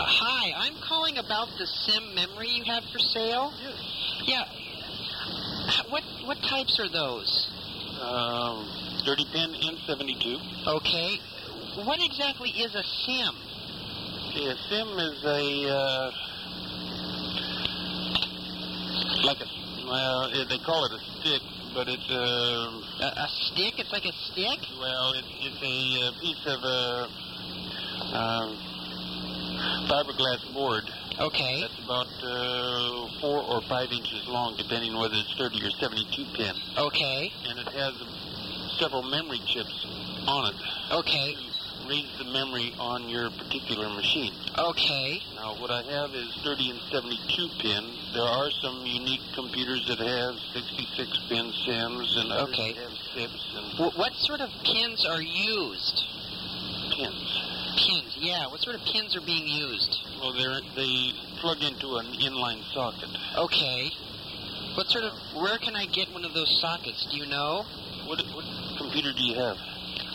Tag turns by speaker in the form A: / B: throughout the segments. A: I'm calling about the sim memory you have for sale. Yeah. H- What what types are those?
B: Um, 30 pin and 72.
A: Okay. What exactly is a sim?
B: Yeah, sim is a uh, like a well, it, they call it a stick, but it's a
A: A, a stick? It's like a stick?
B: well, it, it's a uh, piece of a um, fiberglass board
A: Okay.
B: that's about uh, four or five inches long, depending whether it's 30 or 72 pin,
A: Okay.
B: and it has several memory chips on it.
A: Okay.
B: to Raise the memory on your particular machine.
A: Okay.
B: Now, what I have is 30 and 72 pin. There are some unique computers that have 66 pin SIMs and others
A: Okay.
B: that have SIPs and
A: W- what sort of pins are used?
B: pins.
A: Pins. Yeah. What sort of pins are being used?
B: Well, they're, they plug into an inline socket.
A: Oh. Okay. What sort of? Where can I get one of those sockets? Do you know?
B: What, what computer do you have?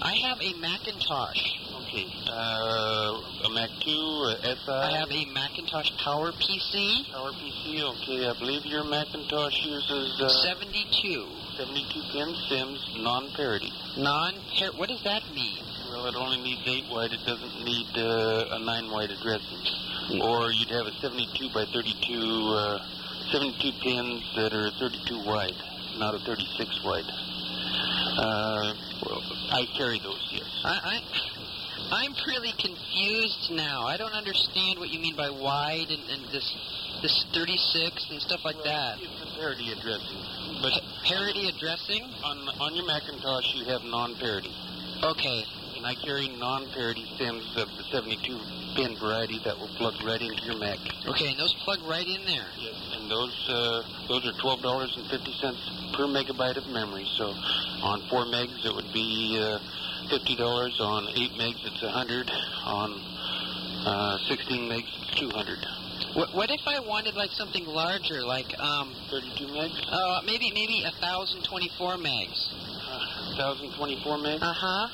A: I have a Macintosh.
B: Okay. Uh, a Mac 2, a SI?
A: I have a Macintosh Power PC
B: Power PC, okay. I believe your Macintosh uses uh,
A: 72.
B: 72 pin SIMs, non parity.
A: Non hair. What does that mean?
B: Well, it only needs eight wide. It doesn't need uh, a nine wide addressing. Or you'd have a 72 by 32, uh, 72 pins that are 32 wide, not a 36 wide. Uh, well, I carry those, yes.
A: I, I, I'm really confused now. I don't understand what you mean by wide and, and this this 36 and stuff like that.
B: It's a parity addressing. But
A: Pa- parity addressing?
B: on, on your Macintosh, you have non parity.
A: Okay.
B: And I carry non parity SIMs of the 72 pin variety that will plug right into your Mac.
A: Okay, and those plug right in there.
B: Yes, and those uh, those are twelve dollars and fifty cents per megabyte of memory. So on four megs it would be uh, fifty dollars. On eight megs it's a hundred. On uh, sixteen megs it's two hundred.
A: What, what if I wanted like something larger, like um,
B: Thirty-two megs,
A: uh, maybe maybe 1,024 megs?
B: thousand twenty-four megs.
A: Uh huh.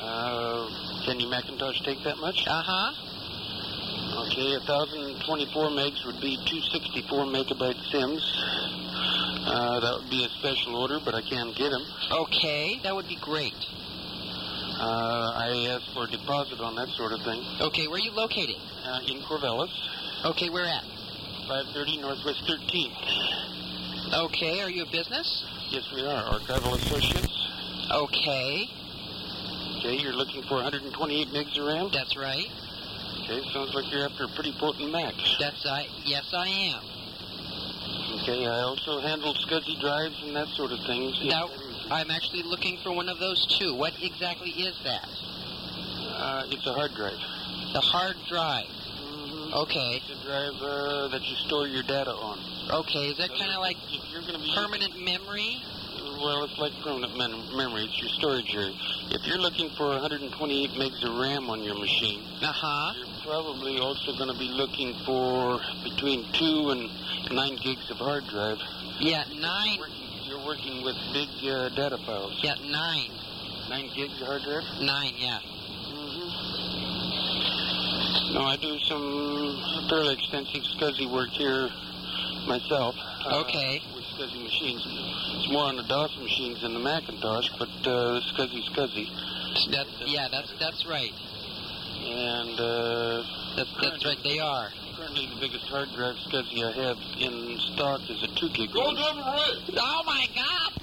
B: Uh, can your Macintosh take that much?
A: Uh huh.
B: Okay, a thousand twenty-four megs would be two sixty-four megabyte SIMs. Uh, that would be a special order, but I can get them.
A: Okay, that would be great.
B: Uh, I asked for a deposit on that sort of thing.
A: Okay, where are you located?
B: uh, in Corvallis,
A: Okay, where at?
B: 530 Northwest 13th.
A: Okay, are you a business?
B: Yes, we are. Archival Associates.
A: Okay,
B: Okay, you're looking for 128 megs around.
A: that's right.
B: Okay, sounds like you're after a pretty potent Mac.
A: That's I. Yes, I am.
B: Okay, I also handle SCSI drives and that sort of thing.
A: Now, I'm actually looking for one of those too. What exactly is that?
B: Uh, it's a hard drive.
A: The hard drive.
B: Mm-hmm.
A: Okay.
B: It's a drive uh, that you store your data on.
A: Okay. Is that kind of like
B: If you're going to be
A: permanent memory?
B: Well, it's like permanent mem- memory. It's your storage area. If you're looking for 128 megs of RAM on your machine,
A: Uh huh.
B: You're probably also going to be looking for between two and nine gigs of hard drive.
A: Yeah, nine.
B: Working- You're working with big uh, data files.
A: Yeah, nine.
B: Nine gigs of hard drive.
A: Nine. Yeah.
B: Mm-hmm. No, I do some fairly extensive SCSI work here myself. uh,
A: Okay.
B: With SCSI machines, it's more on the DOS machines than the Macintosh, but uh, SCSI SCSI.
A: That. Yeah. That's that's right.
B: And uh,
A: That's that's right. They are.
B: currently, the biggest hard drive SCSI I have in stock is a two gig. one.
A: Oh my God!